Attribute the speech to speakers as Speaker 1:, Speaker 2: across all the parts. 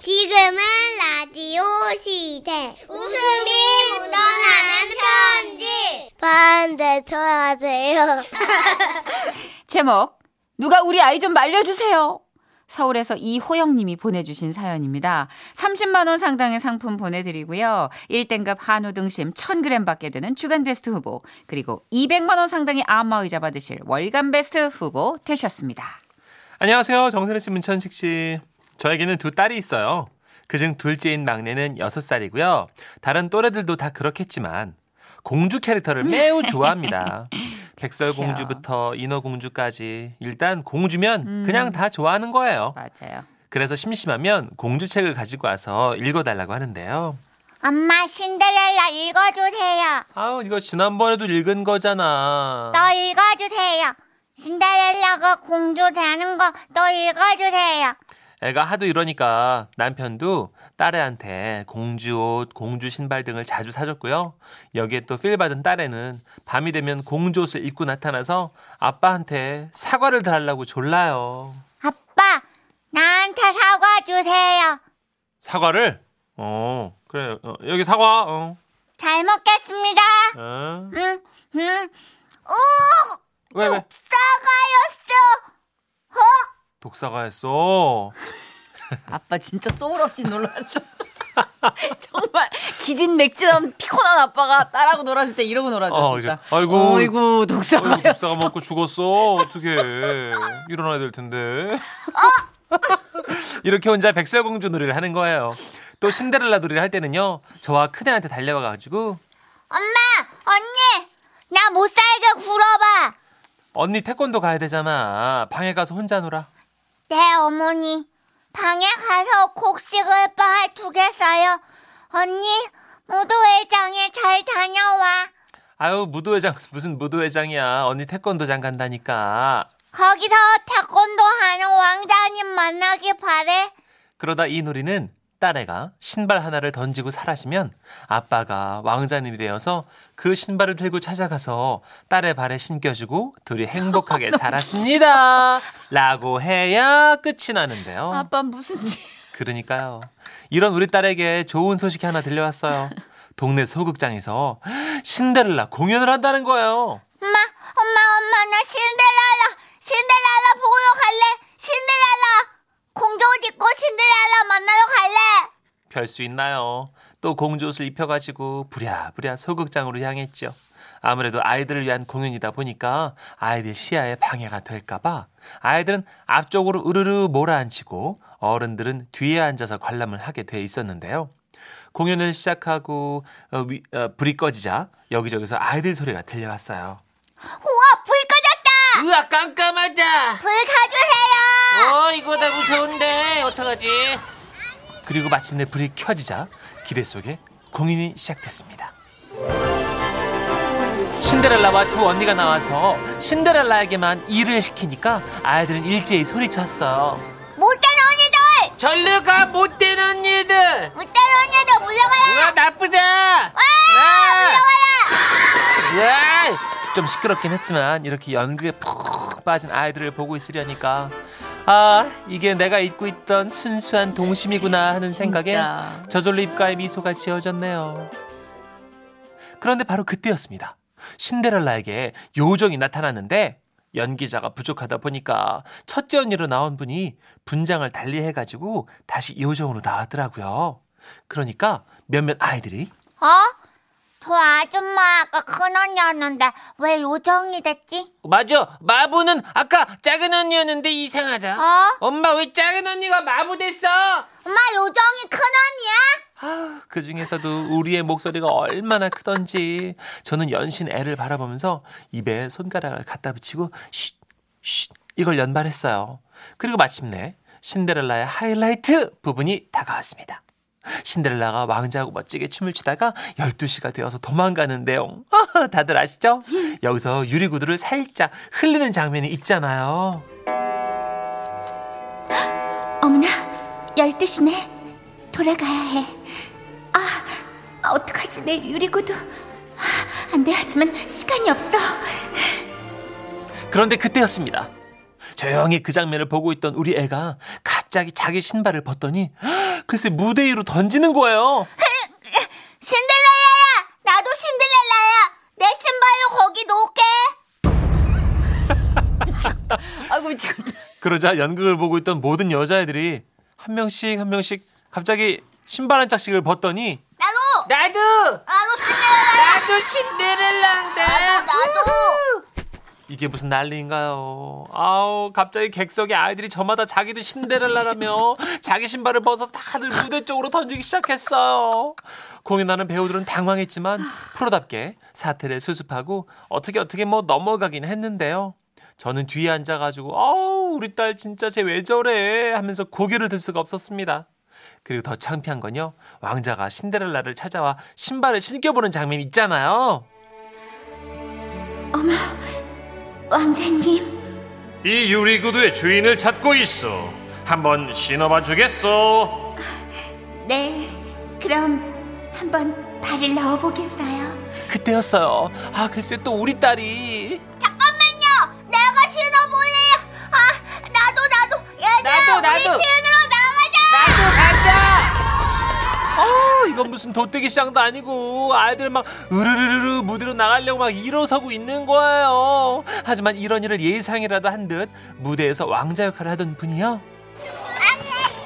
Speaker 1: 지금은 라디오 시대. 웃음이 묻어나는 편지. 반대 쳐하세요.
Speaker 2: 제목 누가 우리 아이 좀 말려주세요. 서울에서 이호영님이 보내주신 사연입니다. 30만 원 상당의 상품 보내드리고요. 1등급 한우 등심 1,000g 받게 되는 주간 베스트 후보 그리고 200만 원 상당의 안마의자 받으실 월간 베스트 후보 되셨습니다.
Speaker 3: 안녕하세요. 정선혜 씨, 문천식 씨. 저에게는 두 딸이 있어요. 그중 둘째인 막내는 6살이고요. 다른 또래들도 다 그렇겠지만 공주 캐릭터를 매우 좋아합니다. 백설공주부터 인어공주까지 일단 공주면 그냥 다 좋아하는 거예요.
Speaker 2: 맞아요.
Speaker 3: 그래서 심심하면 공주책을 가지고 와서 읽어달라고 하는데요.
Speaker 1: 엄마 신데렐라 읽어주세요.
Speaker 3: 아우 이거 지난번에도 읽은 거잖아.
Speaker 1: 또 읽어주세요. 신데렐라가 공주 되는 거 또 읽어주세요.
Speaker 3: 애가 하도 이러니까 남편도 딸애한테 공주 옷, 공주 신발 등을 자주 사줬고요. 여기에 또 필 받은 딸애는 밤이 되면 공주 옷을 입고 나타나서 아빠한테 사과를 달라고 졸라요.
Speaker 1: 아빠, 나한테 사과 주세요.
Speaker 3: 사과를? 어, 그래. 어, 여기 사과. 어.
Speaker 1: 잘 먹겠습니다.
Speaker 3: 어.
Speaker 1: 응, 응.
Speaker 3: 왜 왜?
Speaker 1: 사과였어.
Speaker 3: 독사과였어.
Speaker 2: 아빠 진짜 소울 없이 놀라죠. 정말 기진맥진한 피곤한 아빠가 딸하고 놀아줄 때 이러고 놀아줘
Speaker 3: 어,
Speaker 2: 진짜.
Speaker 3: 이제, 아이고.
Speaker 2: 어이구
Speaker 3: 어이구,
Speaker 2: 독사가요.
Speaker 3: 독사가 먹고 죽었어. 어떻게 일어나야 될 텐데. 이렇게 혼자 백설공주 놀이를 하는 거예요. 또 신데렐라 놀이를 할 때는요. 저와 큰애한테 달려와가지고
Speaker 1: 엄마, 언니, 나 못 살게 굴어봐.
Speaker 3: 언니 태권도 가야 되잖아. 방에 가서 혼자 놀아.
Speaker 1: 네, 어머니. 방에 가서 곡식을 빠두겠어요. 언니, 무도회장에 잘 다녀와.
Speaker 3: 아유 무도회장 무슨 무도회장이야. 언니 태권도장 간다니까.
Speaker 1: 거기서 태권도 하는 왕자님 만나길 바래.
Speaker 3: 그러다 이 놀이는 딸애가 신발 하나를 던지고 사라지면 아빠가 왕자님이 되어서 그 신발을 들고 찾아가서 딸의 발에 신겨주고 둘이 행복하게 살았습니다. 라고 해야 끝이 나는데요.
Speaker 2: 아빠 무슨 짓?
Speaker 3: 그러니까요. 이런 우리 딸에게 좋은 소식이 하나 들려왔어요. 동네 소극장에서 신데렐라 공연을 한다는 거예요.
Speaker 1: 엄마, 엄마, 엄마, 나 신데렐라, 신데렐라 보러 갈래. 신데렐라, 공주 옷 입고 신데렐라 만나러 갈래.
Speaker 3: 별 수 있나요? 또 공주옷을 입혀가지고 부랴부랴 소극장으로 향했죠. 아무래도 아이들을 위한 공연이다 보니까 아이들 시야에 방해가 될까봐 아이들은 앞쪽으로 으르르 몰아앉히고 어른들은 뒤에 앉아서 관람을 하게 돼 있었는데요. 공연을 시작하고 어, 위- 어, 불이 꺼지자 여기저기서 아이들 소리가 들려왔어요.
Speaker 1: 우와, 불 꺼졌다.
Speaker 4: 으아 깜깜하다
Speaker 1: 불 켜주세요.
Speaker 4: 어 이거 다 무서운데 어떡하지
Speaker 3: 그리고 마침내 불이 켜지자 기대 속에 공연이 시작됐습니다. 신데렐라와 두 언니가 나와서 신데렐라에게만 일을 시키니까 아이들은 일제히 소리쳤어.
Speaker 1: 못된 언니들,
Speaker 4: 절로 가 못된 언니들
Speaker 1: 못된 언니들 물러가라.
Speaker 2: 네.
Speaker 4: 으아 나쁘다 으아 으아
Speaker 3: 좀 시끄럽긴 했지만 이렇게 연극에 푹 빠진 아이들을 보고 있으려니까 아 이게 내가 잊고 있던 순수한 동심이구나 하는 생각에
Speaker 2: 진짜.
Speaker 3: 저절로 입가에 미소가 지어졌네요. 그런데 바로 그때였습니다. 신데렐라에게 요정이 나타났는데 연기자가 부족하다 보니까 첫째 언니로 나온 분이 분장을 달리해가지고 다시 요정으로 나왔더라고요. 그러니까 몇몇 아이들이
Speaker 1: 어? 저 아줌마 아까 큰 언니였는데 왜 요정이 됐지?
Speaker 4: 맞아 마부는 아까 작은 언니였는데 이상하다
Speaker 1: 어?
Speaker 4: 엄마 왜 작은 언니가 마부 됐어
Speaker 1: 엄마 요정이 큰 언니야?
Speaker 3: 아우, 그 중에서도 우리의 목소리가 얼마나 크던지 저는 연신 애를 바라보면서 입에 손가락을 갖다 붙이고 쉿, 쉿 이걸 연발했어요. 그리고 마침내 신데렐라의 하이라이트 부분이 다가왔습니다. 신데렐라가 왕자하고 멋지게 춤을 추다가 12시가 되어서 도망가는 내용. 아하, 다들 아시죠? 여기서 유리구두를 살짝 흘리는 장면이 있잖아요.
Speaker 1: 어머나, 12시네. 돌아가야 해. 아, 어떡하지, 아, 내 유리구두. 안 돼, 하지만 시간이 없어.
Speaker 3: 그런데 그때였습니다. 조용히 그 장면을 보고 있던 우리 애가 갑자기 자기 신발을 벗더니 글쎄 무대 위로 던지는 거예요.
Speaker 1: 신데렐라야! 나도 신데렐라야! 내 신발로 거기 놓을게!
Speaker 2: 아이고 지금
Speaker 3: 그러자 연극을 보고 있던 모든 여자애들이 한 명씩 한 명씩 갑자기 신발 한 짝씩을 벗더니
Speaker 1: 나도!
Speaker 4: 나도
Speaker 1: 나도 신데렐라!
Speaker 4: 나도 신데렐라인데.
Speaker 1: 나도! 나도!
Speaker 3: 이게 무슨 난리인가요? 아우 갑자기 객석에 아이들이 저마다 자기도 신데렐라라며 자기 신발을 벗어서 다들 무대 쪽으로 던지기 시작했어요. 공연하는 배우들은 당황했지만 프로답게 사태를 수습하고 어떻게 어떻게 뭐 넘어가긴 했는데요. 저는 뒤에 앉아가지고 아우 우리 딸 진짜 쟤 왜 저래 하면서 고개를 들 수가 없었습니다. 그리고 더 창피한 건요 왕자가 신데렐라를 찾아와 신발을 신겨보는 장면 있잖아요.
Speaker 1: 왕자님!
Speaker 5: 이 유리구두의 주인을 찾고 있어. 한번 신어봐 주겠어.
Speaker 1: 네, 그럼 한번 발을 넣어보겠어요.
Speaker 3: 그때였어요. 아 글쎄 또 우리 딸이
Speaker 1: 잠깐만요! 내가 신어볼래요! 아, 나도, 나도! 얘들아,
Speaker 4: 나도, 나도.
Speaker 1: 우리 신으로 나가자!
Speaker 4: 나도 가자.
Speaker 3: 아 이건 무슨 도떼기 시장도 아니고 아이들 막 으르르르르 무대로 나가려고 막 일어서고 있는 거예요. 하지만 이런 일을 예상이라도 한 듯 무대에서 왕자 역할을 하던 분이요.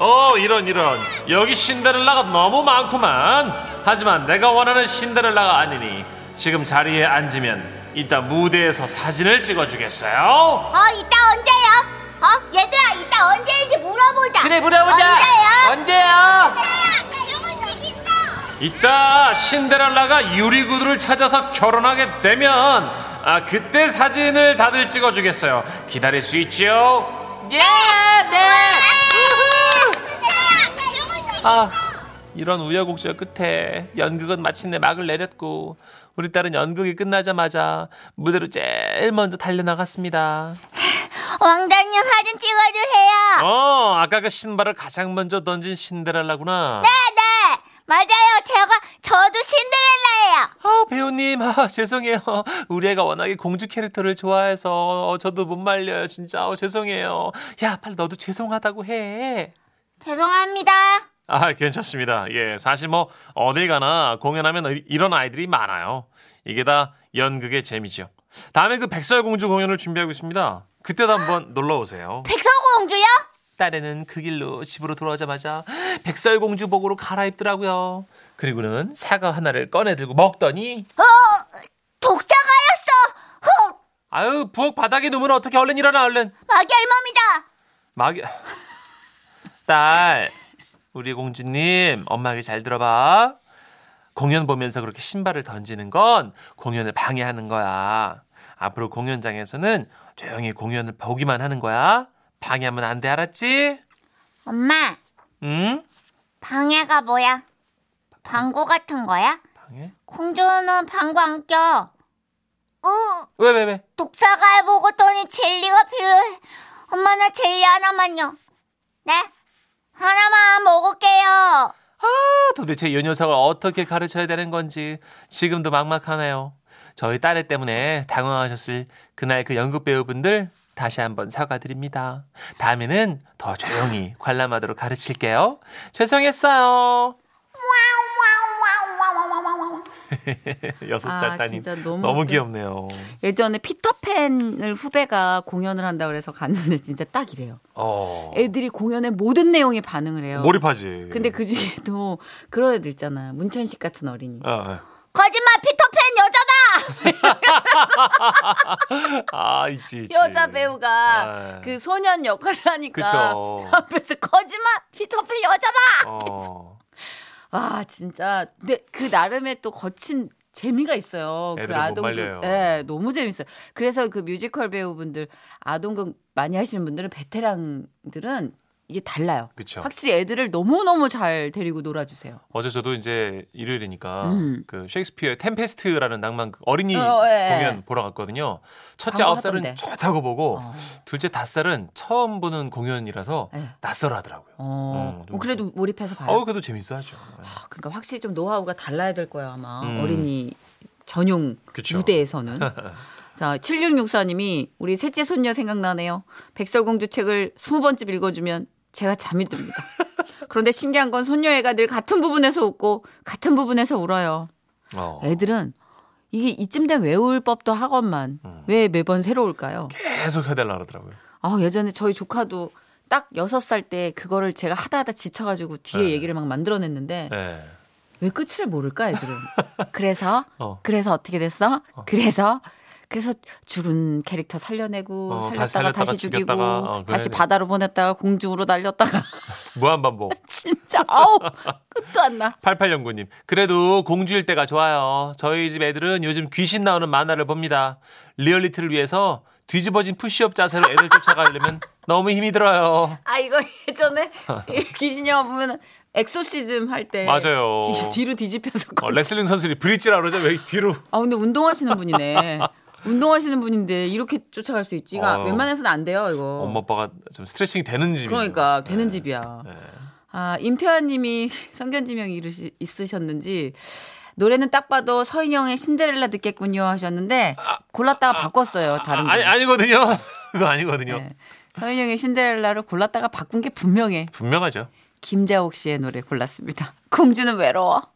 Speaker 5: 어, 이런 이런. 여기 신데렐라가 너무 많구만. 하지만 내가 원하는 신데렐라가 아니니 지금 자리에 앉으면 이따 무대에서 사진을 찍어 주겠어요.
Speaker 1: 어, 이따 언제요? 어, 얘들아, 이따 언제인지 물어보자!
Speaker 4: 그래 물어보자. 어?
Speaker 1: 언제요?
Speaker 4: 언제야?
Speaker 3: 아,
Speaker 5: 이따 신데렐라가 유리구두를 찾아서 결혼하게 되면 아, 그때 사진을 다들 찍어 주겠어요. 기다릴 수 있죠?
Speaker 4: 예, 네.
Speaker 3: 아 이런 우여곡절 끝에 연극은 마침내 막을 내렸고 우리 딸은 연극이 끝나자마자 무대로 제일 먼저 달려나갔습니다.
Speaker 1: 왕자님 사진 찍어주세요!
Speaker 3: 어 아까 그 신발을 가장 먼저 던진 신데렐라구나.
Speaker 1: 네, 맞아요. 제가 저도 신데렐라예요.
Speaker 3: 아 배우님 아 죄송해요 우리 애가 워낙에 공주 캐릭터를 좋아해서 어, 저도 못 말려요 진짜 어, 죄송해요 야 빨리 너도 죄송하다고 해아
Speaker 1: 죄송합니다.
Speaker 5: 아, 괜찮습니다. 예, 사실 뭐 어딜 가나 공연하면 이- 이런 아이들이 많아요. 이게 다 연극의 재미죠. 다음에 그 백설공주 공연을 준비하고 있습니다. 그때도 한번 놀러 오세요.
Speaker 1: 백설공주요?
Speaker 3: 딸애는 그 길로 집으로 돌아오자마자 백설공주 복으로 갈아입더라고요 그리고는 사과 하나를 꺼내 들고 먹더니
Speaker 1: 어, 독사가였어. 어,
Speaker 3: 아유 부엌 바닥에 누면 어떻게 얼른 일어나 얼른
Speaker 1: 마귀 할멈이다.
Speaker 3: 막 딸, 우리 공주님, 엄마에게 잘 들어봐. 공연 보면서 그렇게 신발을 던지는 건 공연을 방해하는 거야. 앞으로 공연장에서는 조용히 공연을 보기만 하는 거야. 방해하면 안 돼, 알았지?
Speaker 1: 엄마,
Speaker 3: 응?
Speaker 1: 방해가 뭐야? 방구 같은 거야?
Speaker 3: 방해?
Speaker 1: 공주는 방구 안 껴. 으,
Speaker 3: 왜, 왜, 왜?
Speaker 1: 독사가 먹었더니 젤리가 필요해. 엄마 나 젤리 하나만요. 네, 하나만 먹을게요.
Speaker 3: 아, 도대체 이 녀석을 어떻게 가르쳐야 되는 건지 지금도 막막하네요. 저희 딸애 때문에 당황하셨을 그날 그 연극 배우분들 다시 한번 사과드립니다. 다음에는 더 조용히 관람하도록 가르칠게요. 죄송했어요. 여섯
Speaker 2: 아,
Speaker 3: 살 따님
Speaker 2: 진짜 너무
Speaker 5: 너무,
Speaker 2: 웃겨.
Speaker 5: 귀엽네요.
Speaker 2: 예전에 피터팬을 후배가 공연을 한다 그래서 갔는데 진짜 딱 이래요.
Speaker 5: 어.
Speaker 2: 애들이 공연의 모든 내용에 반응을 해요.
Speaker 5: 몰입하지.
Speaker 2: 어. 근데 그 중에도 그런 애들 있잖아. 문천식 같은 어린이.
Speaker 5: 아, 아.
Speaker 1: 거짓말 피터팬 여자다.
Speaker 5: 아, 있지, 있지.
Speaker 2: 여자 배우가
Speaker 5: 아.
Speaker 2: 그 소년 역할을 하니까
Speaker 5: 그쵸.
Speaker 2: 앞에서 거짓말 피터팬 여자라.
Speaker 5: 어.
Speaker 2: 와 아, 진짜 근데 그 나름의 또 거친 재미가 있어요. 그
Speaker 5: 애들은 못 말려요.
Speaker 2: 네, 너무 재밌어요. 그래서 그 뮤지컬 배우분들 아동극 많이 하시는 분들은 베테랑들은 이게 달라요.
Speaker 5: 그쵸.
Speaker 2: 확실히 애들을 너무 너무 잘 데리고 놀아주세요.
Speaker 5: 어제 저도 이제 일요일이니까
Speaker 2: 음.
Speaker 5: 그 셰익스피어의 템페스트라는 낭만 그 어린이
Speaker 2: 어, 예, 예.
Speaker 5: 공연 보러 갔거든요. 첫째
Speaker 2: 광고
Speaker 5: 아홉 살은
Speaker 2: 하던데.
Speaker 5: 좋다고 보고
Speaker 2: 어.
Speaker 5: 둘째 다살은 처음 보는 공연이라서
Speaker 2: 예.
Speaker 5: 낯설어 하더라고요.
Speaker 2: 어,
Speaker 5: 음, 좀
Speaker 2: 뭐 그래도 몰입해서 봐요.
Speaker 5: 어, 그래도 재밌어 하죠.
Speaker 3: 예.
Speaker 2: 아, 그러니까 확실히 좀 노하우가 달라야 될 거예요 아마
Speaker 5: 음.
Speaker 2: 어린이 전용
Speaker 5: 그쵸.
Speaker 2: 무대에서는. 자, 7664님이 우리 셋째 손녀 생각나네요. 백설공주 책을 20번쯤 읽어주면 제가 잠이 듭니다. 그런데 신기한 건 손녀애가 늘 같은 부분에서 웃고 같은 부분에서 울어요.
Speaker 3: 어.
Speaker 2: 애들은 이게 이쯤 되면 외울 법도 하건만
Speaker 5: 음.
Speaker 2: 왜 매번 새로울까요?
Speaker 3: 계속 해달라 그러더라고요.
Speaker 2: 아, 예전에 저희 조카도 딱 6살 때 그거를 제가 하다 하다 지쳐가지고 뒤에
Speaker 3: 네.
Speaker 2: 얘기를 막 만들어냈는데
Speaker 3: 예.
Speaker 2: 왜 끝을 모를까 애들은 그래서
Speaker 3: 어.
Speaker 2: 그래서 어떻게 됐어 그래서 그래서 죽은 캐릭터 살려내고
Speaker 3: 어,
Speaker 2: 살렸다가
Speaker 3: 다시
Speaker 2: 다시,
Speaker 3: 살렸다가
Speaker 2: 죽이고
Speaker 3: 죽였다가, 어, 그래.
Speaker 2: 다시 바다로 보냈다가 공중으로 날렸다가
Speaker 3: 무한 반복.
Speaker 2: 진짜 아우 끝도 안나
Speaker 3: 8809님, 그래도 공주일 때가 좋아요. 저희 집 애들은 요즘 귀신 나오는 만화를 봅니다. 리얼리티를 위해서 뒤집어진 푸시업 자세로 애들 쫓아가려면 너무 힘이 들어요.
Speaker 2: 아 이거 예전에 이 귀신 영화 보면 엑소시즘 할 때
Speaker 3: 맞아요.
Speaker 2: 뒤, 로 뒤집혀서
Speaker 3: 어, 레슬링 선수들이 브릿지라 그러죠? 왜 뒤로?
Speaker 2: 아 근데 운동하시는 분이네 운동하시는 분인데 이렇게 쫓아갈 수 있지 이거
Speaker 3: 아유.
Speaker 2: 웬만해서는 안 돼요 이거
Speaker 3: 엄마 아빠가 좀 스트레칭이 되는 네. 집이
Speaker 2: 어. 그러니까 되는 집이야 아, 임태환 님이 성견지명이 이르시- 있으셨는지 노래는 딱 봐도 서인영의 신데렐라 듣겠군요 하셨는데 골랐다가 바꿨어요. 다른 거.
Speaker 3: 아, 아니 아니거든요. 그거 아니거든요.
Speaker 2: 네. 서인영의 신데렐라를 골랐다가 바꾼 게 분명해.
Speaker 3: 분명하죠.
Speaker 2: 김자옥 씨의 노래 골랐습니다. 공주는 외로워.